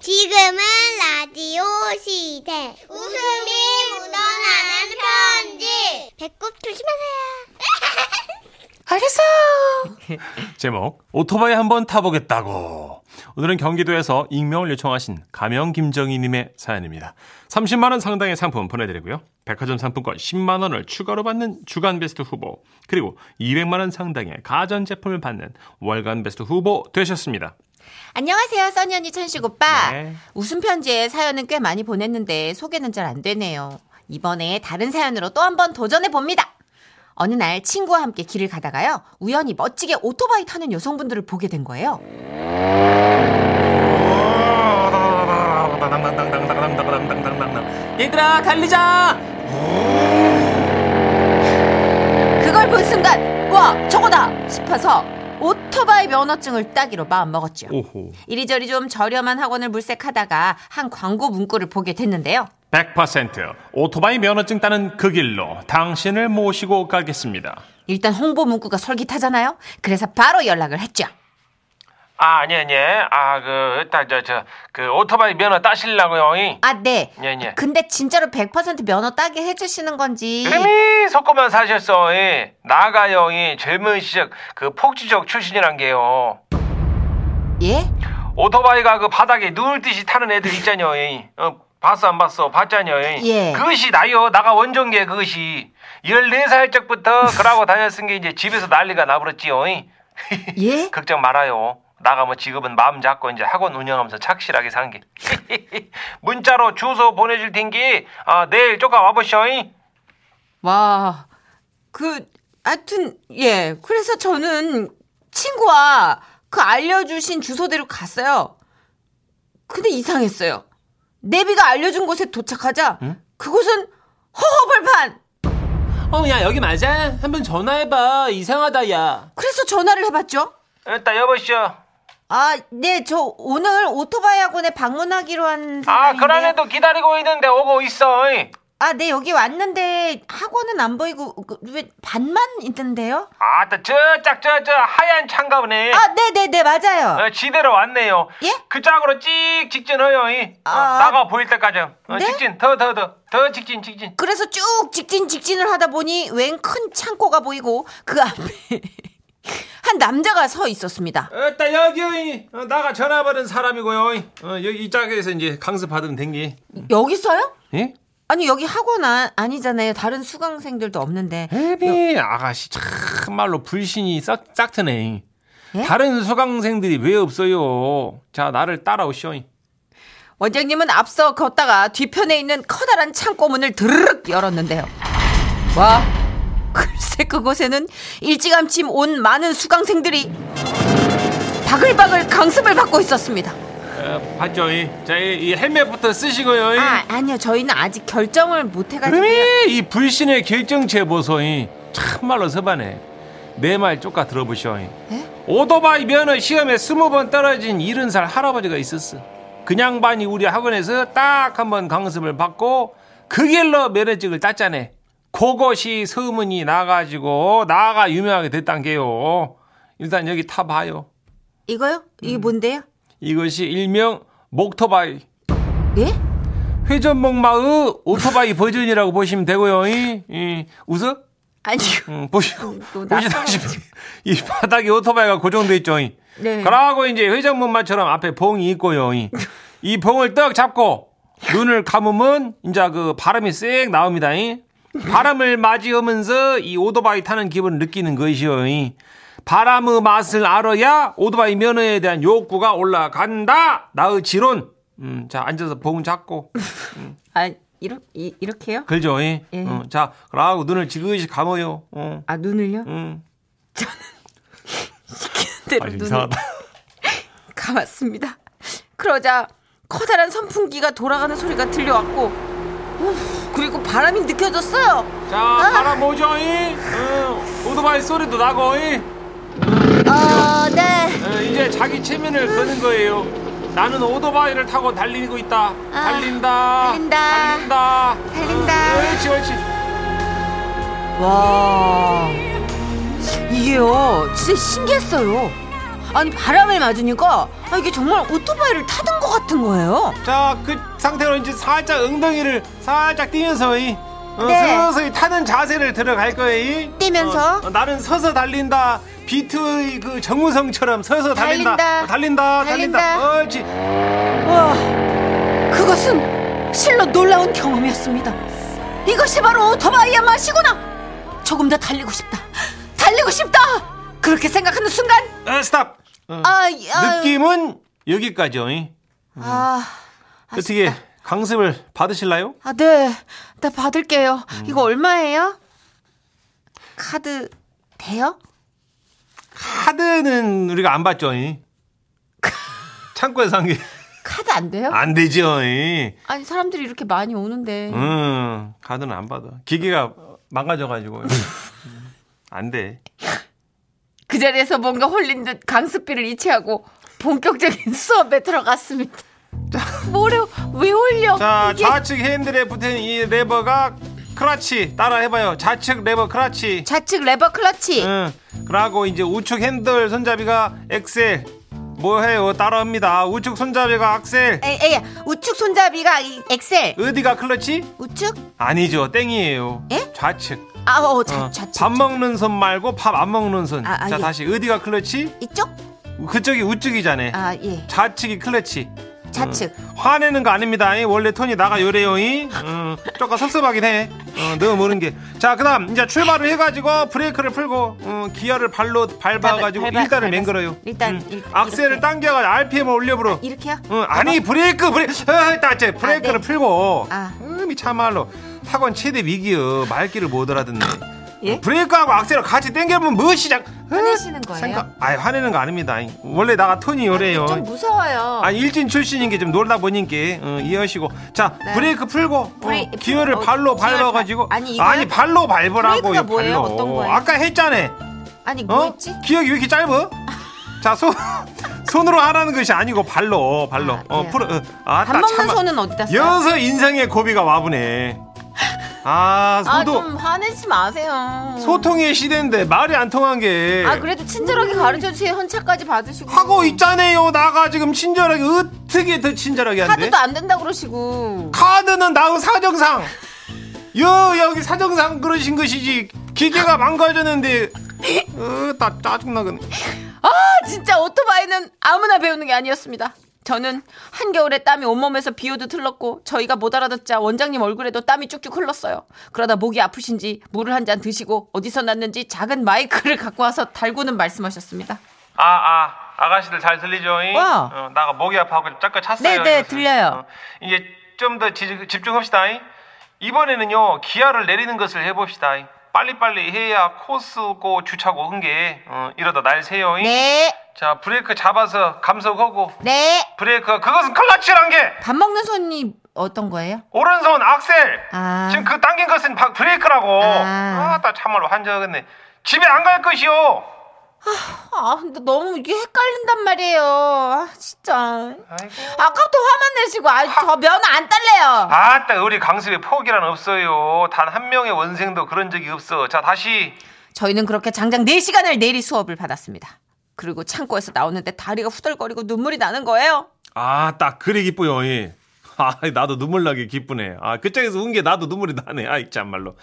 지금은 라디오 시대. 웃음이 묻어나는 편지. 배꼽 조심하세요. 알겠어. 제목 오토바이 한번 타보겠다고 오늘은 경기도에서 익명을 요청하신 가명 김정희님의 사연입니다 30만원 상당의 상품 보내드리고요 백화점 상품권 10만원을 추가로 받는 주간베스트 후보 그리고 200만원 상당의 가전제품을 받는 월간베스트 후보 되셨습니다 안녕하세요, 써니 언니 천식 오빠. 네. 웃음 편지에 사연은 꽤 많이 보냈는데 소개는 잘 안 되네요. 이번에 다른 사연으로 또 한 번 도전해 봅니다. 어느 날 친구와 함께 길을 가다가요 우연히 멋지게 오토바이 타는 여성분들을 보게 된 거예요. 얘들아 달리자 그걸 본 순간 와 저거다 싶어서 오토바이 면허증을 따기로 마음 먹었죠. 오호 이리저리 좀 저렴한 학원을 물색하다가 한 광고 문구를 보게 됐는데요. 100% 오토바이 면허증 따는 그 길로 당신을 모시고 가겠습니다 일단 홍보 문구가 솔깃하잖아요. 그래서 바로 연락을 했죠. 아, 아니, 아니. 아, 그, 일단, 저, 저, 그, 오토바이 면허 따시려고요. 이. 아, 네. 예, 예. 근데 진짜로 100% 면허 따게 해주시는 건지. 이미 속고만 사셨어. 이. 나가요. 이. 젊은 시적, 그, 폭주적 출신이란 게요. 예? 오토바이가 그 바닥에 누울 듯이 타는 애들 있잖여. 이. 어, 봤어, 안 봤어? 봤잖여. 이. 예. 그것이 나요. 나가 원정계, 그것이. 14살 적부터 그러고 다녔은 게 이제 집에서 난리가 나버렸지요. 이. 예? 걱정 말아요. 나가면 직업은 마음 잡고 이제 학원 운영하면서 착실하게 산길. 문자로 주소 보내줄 텐기. 아 내일 쪼가 와보셔잉. 와. 그, 하여튼, 예. 그래서 저는 친구와 그 알려주신 주소대로 갔어요. 근데 이상했어요. 내비가 알려준 곳에 도착하자 그곳은 허허벌판! 어, 야, 여기 맞아? 한번 전화해봐. 이상하다, 야. 그래서 전화를 해봤죠. 일단 여보시오. 아, 네, 저 오늘 오토바이 학원에 방문하기로 한 아 사람인데. 그란에도 기다리고 있는데 오고 있어잉. 아, 네, 여기 왔는데 학원은 안 보이고 그, 왜 반만 있던데요? 아따 저짝 저 저 하얀 창가 보네. 아, 네, 네, 네, 맞아요. 어, 지대로 왔네요. 예? 그 짝으로 찍 직진해요잉. 어, 아. 나가 보일 때까지. 어, 네? 직진 더 더 더 더 직진 직진. 그래서 쭉 직진 직진을 하다 보니 웬 큰 창고가 보이고 그 앞에 한 남자가 서 있었습니다. 일단 여기 어, 나가 전화 받은 사람이고요. 어, 여기 이 짝에서 이제 강습 받으면 된게 여기서요? 예? 아니, 여기 학원 아, 아니잖아요. 다른 수강생들도 없는데. 헤비 아가씨 참말로 불신이 싹 싹트네. 예? 다른 수강생들이 왜 없어요? 자 나를 따라오시오. 원장님은 앞서 걷다가 뒤편에 있는 커다란 창고 문을 드르륵 열었는데요. 와, 글쎄 그곳에는 일찌감치 온 많은 수강생들이 바글바글 강습을 받고 있었습니다. 어, 봤죠? 이? 자, 이, 이 헬멧부터 쓰시고요. 이. 아, 아니요. 저희는 아직 결정을 못 해가지고. 헤비 이 불신의 결정체 보소. 이. 참말로 서반해. 내 말 쪼까 들어보시오. 이. 오토바이 면허 시험에 스무 번 떨어진 일흔 살 할아버지가 있었어. 그냥 반이 우리 학원에서 딱 한번 강습을 받고 그 길로 면허증을 땄잖아. 그것이 소문이 나가지고 나가 유명하게 됐단 게요. 일단 여기 타봐요. 이거요? 이게 뭔데요? 이것이 일명 목토바이. 예? 회전목마의 오토바이 버전이라고 보시면 되고요. 이, 이, 웃어? 아니요. 음, 보시고 또 보시다시피 이 바닥에 오토바이가 고정돼 있죠. 이. 네. 그러고 이제 회전목마처럼 앞에 봉이 있고요. 이. 이 봉을 떡 잡고 눈을 감으면 이제 그 바람이 쓱 나옵니다. 이. 바람을 맞이하면서 이 오토바이 타는 기분을 느끼는 것이요. 이. 바람의 맛을 알아야 오토바이 면허에 대한 욕구가 올라간다. 나의 지론. 음, 자 앉아서 봉 잡고 아, 이렇, 이, 이렇게요? 그죠? 이. 예. 어, 자 그러고 눈을 지그시 감아요. 어, 아, 눈을요? 음. 대로 아, 눈을 이상하다. 감았습니다. 그러자 커다란 선풍기가 돌아가는 소리가 들려왔고 우, 그리고 바람이 느껴졌어요. 자, 바람 오죠, 이? 어, 오토바이 소리도 나고, 이? 어, 네. 어, 이제 자기 체면을 거는 거예요. 나는 오토바이를 타고 달리고 있다. 아, 달린다. 달린다. 달린다. 달린다. 어, 그렇지, 그렇지. 와 이게요 진짜 신기했어요. 아니 바람을 맞으니까 아, 이게 정말 오토바이를 타던 것 같은 거예요. 자, 그 상태로 이제 살짝 엉덩이를 살짝 뛰면서 이 어, 네. 서서히 타는 자세를 들어갈 거예요. 이. 뛰면서? 어, 어, 나는 서서 달린다. 비트의 그 정우성처럼 서서 달린다. 달린다. 어, 달린다. 달린다. 달린다. 옳지. 와, 그것은 실로 놀라운 경험이었습니다. 이것이 바로 오토바이의 맛이구나. 조금 더 달리고 싶다. 달리고 싶다. 그렇게 생각하는 순간 어, 스탑. 어, 아, 이- 아유. 느낌은 여기까지요. 이. 아, 어떻게 강습을 받으실나요? 아, 네. 나 받을게요. 음. 이거 얼마예요? 카드 돼요? 카드는 우리가 안 받죠. 이. 창고에서 한 게 안 카드 안 돼요? 되죠. 이. 아니, 사람들이 이렇게 많이 오는데. 아. 음, 카드는 안 받아. 기계가 망가져가지고. 음, 안 돼. 그 자리에서 뭔가 홀린 듯 강습비를 이체하고 본격적인 수업에 들어갔습니다. 뭐래? 왜 홀려? 자, 이게 좌측 핸들에 붙은 이 레버가 크라치. 따라 해봐요. 좌측 레버 크라치. 좌측 레버 클러치. 응. 그러고 이제 우측 핸들 손잡이가 엑셀. 뭐해요? 따라합니다. 우측 손잡이가 악셀. 에이, 에이, 우측 손잡이가 이 엑셀. 어디가 클러치? 우측? 아니죠. 땡이에요. 에? 좌측. 아, 어, 좌, 어, 좌측. 밥 먹는 손 말고 밥 안 먹는 손. 아, 아, 자, 예. 다시. 어디가 클러치? 이쪽? 그쪽이 우측이잖아요. 아, 예. 좌측이 클러치. 좌측. 음. 화내는 거 아닙니다. 이. 원래 톤이 나가 요래요이. 어, 조금 섭섭하긴 해. 어, 너무 모는 게. 자, 그다음 이제 출발을 해가지고 브레이크를 풀고 어, 기어를 발로 밟아가지고 밟아- 일단을 밟아서. 맹글어요. 일단 음, 일- 악셀을 이렇게. 당겨가지고 RPM을 올려버려. 이렇게요? 응, 아니 브레이크 브레이크 아, 따째 브레이크를 네. 풀고 아. 음이 참말로 학원 최대 위기여 말귀를 못 알아듣네 예? 브레이크하고 악셀을 같이 당겨보면 뭐 무엇이 작 어? 화내시는 거예요? 아 화내는 거 아닙니다 아이, 원래 나가 톤이 요래요 좀 뭐. 무서워요. 아 일진 출신인 게 좀 놀다 보니까 어, 이해하시고 자 네. 브레이크 풀고 브레이- 어, 기어를 어, 발로 기어를 밟아가지고 발- 아니, 이거요? 아니 발로 밟으라고 브레이크가 이 뭐예요? 발로. 어떤 거예요? 아까 했잖아 아니, 어? 뭐였지? 기억이 왜 이렇게 짧아? 자, 손, 손으로 하라는 것이 아니고 발로, 발로. 아, 어, 예. 풀어. 어, 아, 밥 먹는 손은 어디다 써요? 여기서 인생의 고비가 와보네. 아, 아, 소도, 좀 화내지 마세요. 소통의 시대인데 말이 안 통한 게. 아, 그래도 친절하게 가르쳐 주세요. 현차까지 받으시고. 음. 하고 있잖아요. 나가 지금 친절하게, 어떻게 더 친절하게 한대? 카드도 안 된다 그러시고. 카드는 나온 사정상. 여, 여기 사정상 그러신 것이지. 기계가 망가졌는데. 으, 나 짜증나겠네. 아, 진짜 오토바이는 아무나 배우는 게 아니었습니다. 저는 한겨울에 땀이 온몸에서 비오듯 흘렀고 저희가 못 알아듣자 원장님 얼굴에도 땀이 쭉쭉 흘렀어요. 그러다 목이 아프신지 물을 한 잔 드시고 어디서 났는지 작은 마이크를 갖고 와서 달고는 말씀하셨습니다. 아, 아, 아가씨들 잘 들리죠? 잉? 와. 어, 나가 목이 아파하고 잠깐 찼어요. 네, 네, 이것은. 들려요. 어, 이제 좀 더 집중합시다. 잉? 이번에는요, 기아를 내리는 것을 해봅시다. 잉? 빨리빨리 해야 코스고 주차고 한게 어, 이러다 날 새요. 잉? 네, 자, 브레이크 잡아서 감속하고 네. 브레이크 그것은 클러치란 게 밥 먹는 손이 어떤 거예요? 오른손 악셀. 아. 지금 그 당긴 것은 바- 브레이크라고. 아. 아, 나 참말로 환장했네. 집에 안 갈 것이요. 아, 근데 너무 이게 헷갈린단 말이에요. 아, 진짜. 아이고. 아까부터 화만 내시고, 아, 저 면허 안 딸래요. 아따 우리 강습에 포기란 없어요 단 한 명의 원생도 그런 적이 없어 자 다시 저희는 그렇게 장장 4시간을 내리 수업을 받았습니다. 그리고 창고에서 나오는데 다리가 후덜거리고 눈물이 나는 거예요. 아, 딱 그래 기쁘요. 이. 아, 나도 눈물 나게 기쁘네. 아, 그쪽에서 운 게 나도 눈물이 나네. 아이, 참말로.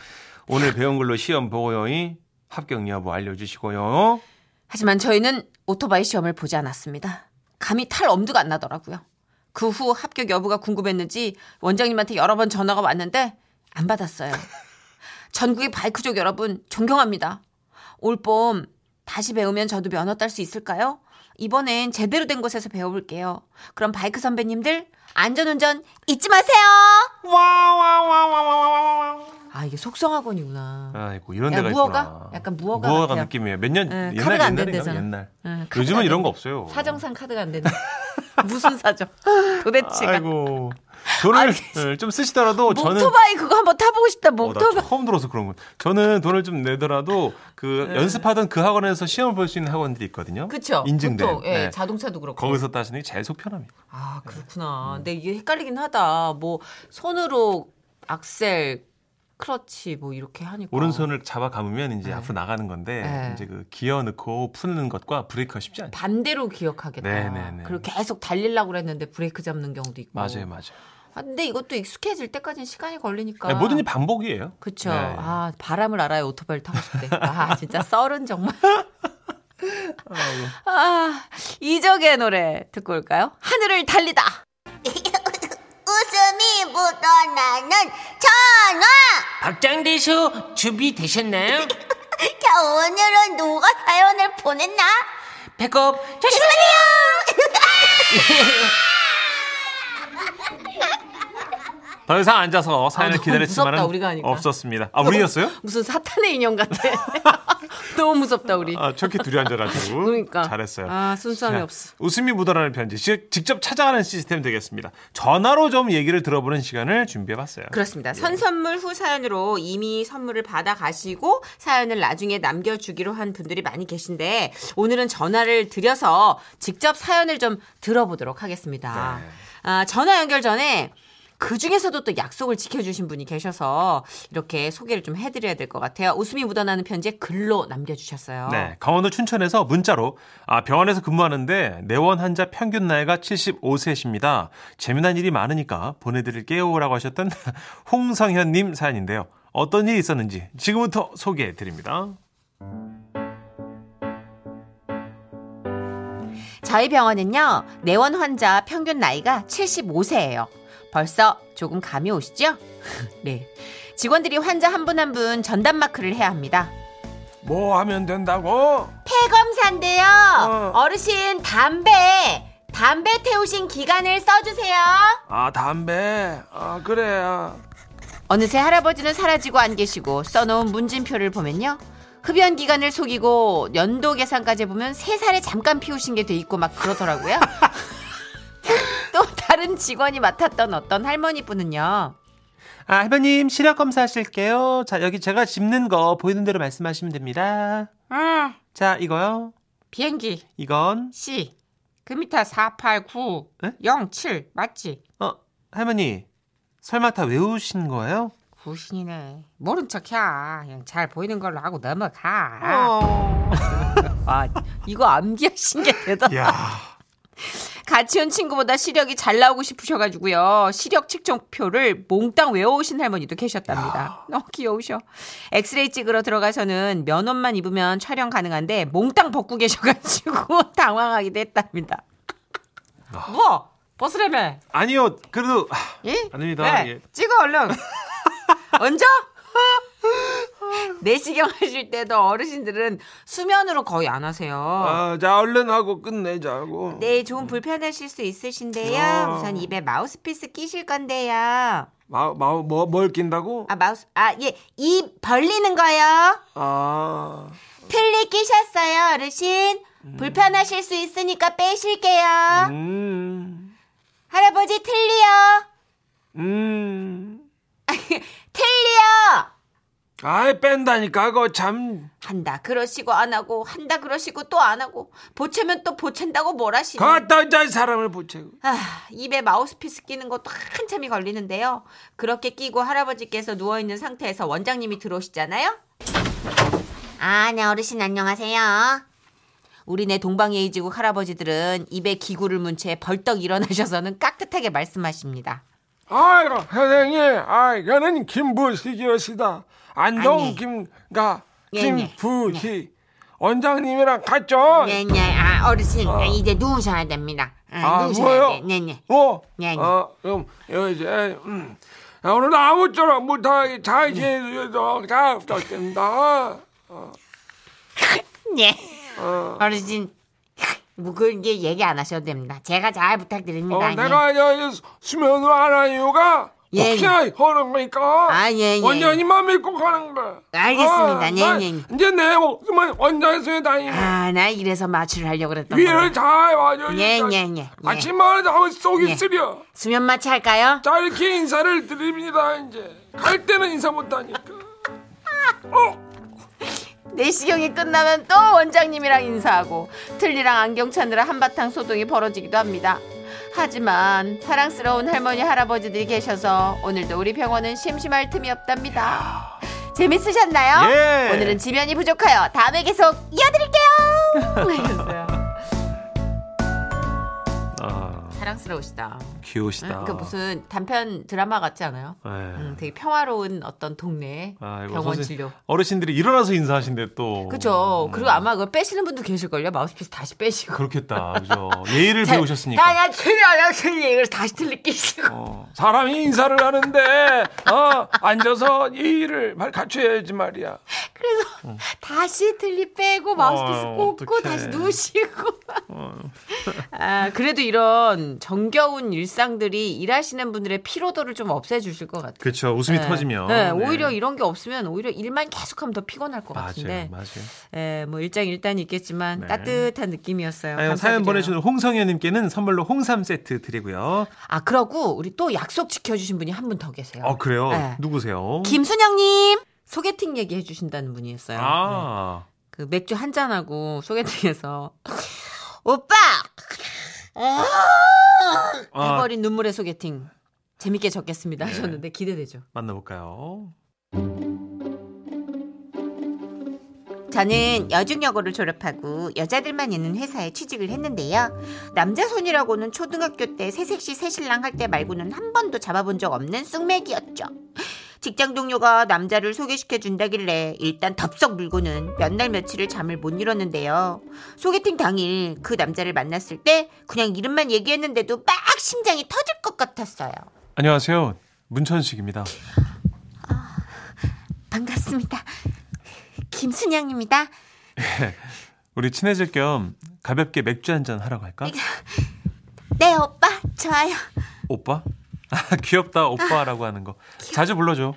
오늘 배운 걸로 시험 보고요. 이. 합격 여부 알려주시고요. 하지만 저희는 오토바이 시험을 보지 않았습니다. 감히 탈 엄두가 안 나더라고요. 그 후 합격 여부가 궁금했는지 원장님한테 여러 번 전화가 왔는데 안 받았어요. 전국의 바이크족 여러분 존경합니다. 올 봄 다시 배우면 저도 면허 딸 수 있을까요? 이번엔 제대로 된 곳에서 배워볼게요. 그럼 바이크 선배님들 안전운전 잊지 마세요. 와와와와와와와. 아 이게 속성학원이구나. 아이고, 이런 야, 데가 무어가? 있구나. 약간 무어가 같아요. 느낌이에요. 몇 년, 예, 옛날, 카드가 안 옛날인가? 된대잖아. 옛날. 응, 카드가 요즘은 안 이런 된대. 거 없어요. 사정상 카드가 안 된다. 무슨 사정? 도대체가. 아이고. 돈을 예, 좀 쓰시더라도 저는. 목토바이 그거 한번 타보고 싶다. 어, 나 목토바이. 처음 들어서 그런 건. 저는 돈을 좀 내더라도 그 연습하던 그 학원에서 시험을 볼 수 있는 학원들이 있거든요. 네. 그쵸? 인증된. 보통, 예, 네. 자동차도 그렇고. 거기서 네. 음. 따시는 게 제일 속 편합니다. 아 그렇구나. 근데 이게 헷갈리긴 하다. 뭐 손으로 악셀 스크러치 뭐 이렇게 하니까. 오른손을 잡아 감으면 이제 앞으로 나가는 건데 네. 이제 그 기어 넣고 푸는 것과 브레이크가 쉽지 않죠. 반대로 기억하겠다. 네, 네, 네. 그리고 계속 달리려고 그랬는데 브레이크 잡는 경우도 있고. 맞아요, 맞아요. 아, 근데 이것도 익숙해질 때까지는 시간이 걸리니까. 네, 뭐든지 반복이에요. 그쵸. 네. 아, 바람을 알아야 오토바이를 타고 싶대. 아, 진짜 썰은 정말. 아, 이적의 노래 듣고 올까요? 하늘을 달리다! 웃음이 묻어나는 전화. 박장대쇼 준비되셨나요? 자, 오늘은 누가 사연을 보냈나? 배꼽 더 이상 앉아서 사연을 너무 기다릴 무섭다, 수만은 우리가 하니까. 없었습니다. 아, 우리였어요? 무슨 사탄의 인형 같아. 너무 무섭다, 우리. 아, 저렇게 둘이 앉아가지고. 그러니까. 잘했어요. 아, 순수함이 자, 없어. 웃음이 묻어나는 편지. 시- 직접 찾아가는 시스템 되겠습니다. 전화로 좀 얘기를 들어보는 시간을 준비해봤어요. 그렇습니다. 선선물 후 사연으로 이미 선물을 받아가시고 사연을 나중에 남겨주기로 한 분들이 많이 계신데 오늘은 전화를 드려서 직접 사연을 좀 들어보도록 하겠습니다. 네. 아, 전화 연결 전에 그 중에서도 또 약속을 지켜주신 분이 계셔서 이렇게 소개를 좀 해드려야 될 것 같아요. 웃음이 묻어나는 편지에 글로 남겨주셨어요. 네, 강원도 춘천에서 문자로 아, 병원에서 근무하는데 내원 환자 평균 나이가 75세십니다. 재미난 일이 많으니까 보내드릴게요라고 하셨던 홍성현님 사연인데요. 어떤 일이 있었는지 지금부터 소개해드립니다. 저희 병원은요, 내원 환자 평균 나이가 75세예요. 벌써 조금 감이 오시죠? 네. 직원들이 환자 한 분 한 분 전담 마크를 해야 합니다. 뭐 하면 된다고? 폐검사인데요. 어. 어. 르신 담배, 담배 태우신 기간을 써주세요. 아 담배. 아 그래. 어느새 할아버지는 사라지고 안 계시고 써놓은 문진표를 보면요. 흡연 기간을 속이고 연도 계산까지 보면 세 살에 잠깐 피우신 게 돼 있고 막 그러더라고요. 또 다른 직원이 맡았던 어떤 할머니분은요. 아 할머님 시력 검사하실게요. 자 여기 제가 짚는 거 보이는 대로 말씀하시면 됩니다. 음, 자 이거요. 비행기 이건 C 그 금이타 489 에? 07 맞지? 어 할머니 설마 다 외우신 거예요? 구신이네. 모른 척해. 그냥 잘 보이는 걸로 하고 넘어가. 어. 아, 이거 암기하신 게 대단. 야. 같이 온 친구보다 시력이 잘 나오고 싶으셔가지고요. 시력 측정표를 몽땅 외워오신 할머니도 계셨답니다. 너무 귀여우셔. 엑스레이 찍으러 들어가서는 면허만 입으면 촬영 가능한데 몽땅 벗고 계셔가지고 당황하기도 했답니다. 뭐? 벗으려면? 아. 아니요 그래도 아, 예? 아닙니다. 네, 예. 찍어 얼른. 얹어? 내시경 하실 때도 어르신들은 수면으로 거의 안 하세요. 아, 자 얼른 하고 끝내자고. 네, 조금 불편하실 수 있으신데요. 아. 우선 입에 마우스피스 끼실 건데요. 마마뭐뭘 낀다고? 아, 마우스, 아, 예, 입 벌리는 거요. 아. 틀니 끼셨어요, 어르신. 불편하실 수 있으니까 빼실게요. 음. 할아버지 틀니요. 음. 틀니요! 아이 뺀다니까 그거 참. 한다 그러시고 안 하고 한다 그러시고 또 안 하고 보채면 또 보챈다고 뭘 하시니 갔다 온자 사람을 보채고. 아, 입에 마우스피스 끼는 것도 한참이 걸리는데요 그렇게 끼고 할아버지께서 누워있는 상태에서 원장님이 들어오시잖아요 아, 네, 어르신 안녕하세요. 우리 네 동방예의지국 할아버지들은 입에 기구를 문 채 벌떡 일어나셔서는 깍듯하게 말씀하십니다 아이고 선생님 아 이거는 김부식이시다 아니. 안동 김가 예, 예. 김부식 원장님이랑 갔죠 네네 아 어르신 이제 누우셔야 됩니다 아, 누우셔야 뭐예요? 돼. 네네 어? 예, 예. 어 그럼 여기 이제 음. 야, 오늘 아무쪼록 무탈하게 예. 잘 지내주셔서 잘 부탁드립니다 네 어르신 뭐 그게 얘기 안 하셔도 됩니다 제가 잘 부탁드립니다 네. 어, 내가 여기 수- 수면을 안 한 이유가 예, 예. 혹시나 하는 거니까 아, 예, 예. 원장님만 믿고 가는 거야 알겠습니다. 아, 예, 나 예, 예. 이제 내 목숨은 원장님 손에 다니는 아, 나 이래서 마취를 하려고 그랬던 위를 거예요. 잘 와줘요. 예, 예, 예, 예. 아침마다 하고 예. 속이 쓰려. 수면 마취 할까요? 자 이렇게 인사를 드립니다 이제. 갈 때는 인사 못하니까. 내시경이 끝나면 또 원장님이랑 인사하고 틀니랑 안경 찾느라 한바탕 소동이 벌어지기도 합니다. 하지만 사랑스러운 할머니 할아버지들이 계셔서 오늘도 우리 병원은 심심할 틈이 없답니다. 재밌으셨나요? 예. 오늘은 지면이 부족하여 다음에 계속 이어드릴게요. 하셨어요. 아, 사랑스러우시다. 귀여우시다. 그러니까 무슨 단편 드라마 같지 않아요? 예. 음, 되게 평화로운 어떤 동네 아이고, 병원 선생님, 진료. 어르신들이 일어나서 인사하신대 또. 그죠. 음, 그리고 아마 그걸 빼시는 분도 계실걸요. 마우스피스 다시 빼시고. 그렇겠다. 그죠. 예의를 자, 아, 배우셨으니까. 야, 야, 틀려, 야, 틀려. 이걸 다시 틀리 끼시고. 어, 사람이 인사를 하는데 어, 앉아서 예의를 말 갖춰야지 말이야. 그래서 다시 틀리 빼고 마우스피스 어, 꽂고 어떡해. 어. 다시 누우시고. 아, 그래도 이런 정겨운 일상들이 일하시는 분들의 피로도를 좀 없애주실 것 같아요. 그렇죠. 웃음이 터지면. 네, 네. 오히려 이런 게 없으면 오히려 일만 계속하면 더 피곤할 것 맞아요. 같은데. 맞아요. 예, 뭐 일장일단이 있겠지만 네. 따뜻한 느낌이었어요. 아유, 사연 감사드려요. 보내주신 홍성현님께는 선물로 홍삼 세트 드리고요. 아, 그러고 우리 또 약속 지켜주신 분이 한 분 더 계세요. 아 그래요? 네. 누구세요? 김순영님 소개팅 얘기 해주신다는 분이 있어요. 네. 아, 그 맥주 한 잔 하고 소개팅에서 오빠 아 네. 해버린 눈물의 소개팅 재밌게 적겠습니다 하셨는데 기대되죠. 만나볼까요? 저는 여중여고를 졸업하고 여자들만 있는 회사에 취직을 했는데요. 남자 손이라고는 초등학교 때 새색시 새신랑 할 때 말고는 한 번도 잡아본 적 없는 쑥맥이었죠. 직장 동료가 남자를 소개시켜 준다길래 일단 덥석 물고는 몇 날 며칠을 잠을 못 이뤘는데요. 소개팅 당일 그 남자를 만났을 때 그냥 이름만 얘기했는데도 막 심장이 터질 것 같았어요. 안녕하세요. 문천식입니다. 반갑습니다. 김순영입니다. 우리 친해질 겸 가볍게 맥주 한잔 하라고 할까? 네, 오빠. 좋아요. 오빠? 아, 귀엽다 오빠라고 하는 거. 자주 불러줘.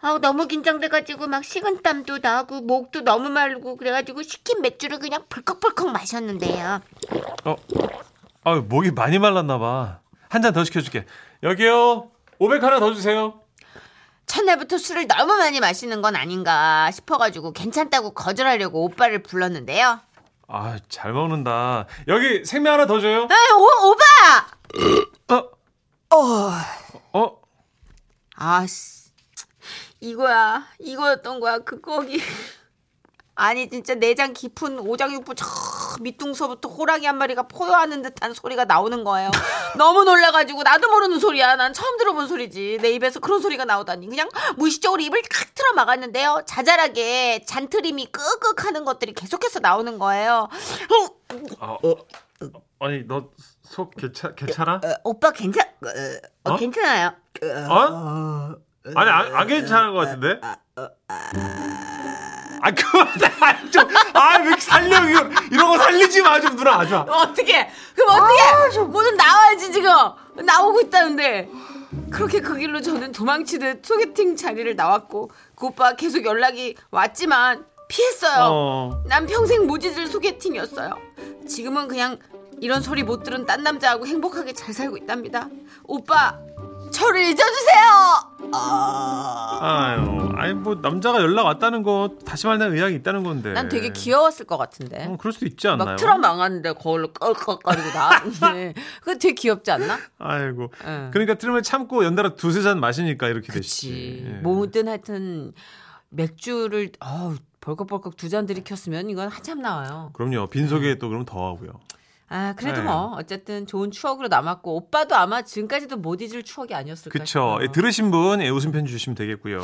아우 너무 긴장돼가지고 막 식은땀도 나고 목도 너무 마르고 그래가지고 시킨 맥주를 그냥 벌컥벌컥 마셨는데요. 어, 아유 목이 많이 말랐나 봐. 한 잔 더 시켜줄게. 여기요. 500 하나 더 주세요. 첫날부터 술을 너무 많이 마시는 건 아닌가 싶어가지고 괜찮다고 거절하려고 오빠를 불렀는데요. 아, 잘 먹는다. 여기 생면 하나 더 줘요. 에이, 오, 오빠! 어? 아씨. 이거야. 이거였던 거야. 그 거기. 아니, 진짜 내장 깊은 오장육부 저 밑둥서부터 호랑이 한 마리가 포효하는 듯한 소리가 나오는 거예요. 너무 놀라가지고 나도 모르는 소리야. 난 처음 들어본 소리지. 내 입에서 그런 소리가 나오다니. 그냥 무의식적으로 입을 칵 틀어 막았는데요. 자잘하게 잔트림이 끄끄 하는 것들이 계속해서 나오는 거예요. 어, 아, 아니 너 속 괜찮 괜찮아? 어, 오빠 괜찮 어, 어? 괜찮아요. 어? 아니 안, 안 괜찮은 것 같은데? 아 그만 아좀아왜 살려 이거 이런 거 살리지 마 좀 누나 아주 어떻게? 그럼 어떻게? 뭐좀 나와야지 지금 나오고 있다는데 그렇게 그 길로 저는 도망치듯 소개팅 자리를 나왔고 그 오빠 계속 연락이 왔지만 피했어요. 어. 난 평생 못 잊을 소개팅이었어요. 지금은 그냥 이런 소리 못 들은 딴 남자하고 행복하게 잘 살고 있답니다. 오빠 저를 잊어주세요. 아유 아니 뭐 남자가 연락 왔다는 거 다시 말하는 의향이 있다는 건데 난 되게 귀여웠을 것 같은데. 네. 어, 그럴 수도 있지 않나요? 막 틀어 망하는데 거울로 꺽꺽거리고 나왔는데 그거 되게 귀엽지 않나? 아이고 응. 그러니까 트름을 참고 연달아 두세 잔 마시니까 이렇게 그치. 되지 예. 뭐든 하여튼 맥주를 어우, 벌컥벌컥 두 잔 들이켰으면 이건 한참 나와요. 그럼요 빈속에 또 그럼 더 하고요 아 그래도 네. 뭐 어쨌든 좋은 추억으로 남았고 오빠도 아마 지금까지도 못 잊을 추억이 아니었을까 그쵸. 예, 싶어요. 들으신 분 예, 웃음 편지 주시면 되겠고요.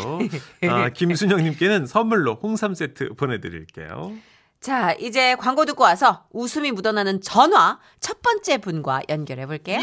아, 김순영님께는 선물로 홍삼 세트 보내드릴게요. 자 이제 광고 듣고 와서 웃음이 묻어나는 전화 첫 번째 분과 연결해 볼게요.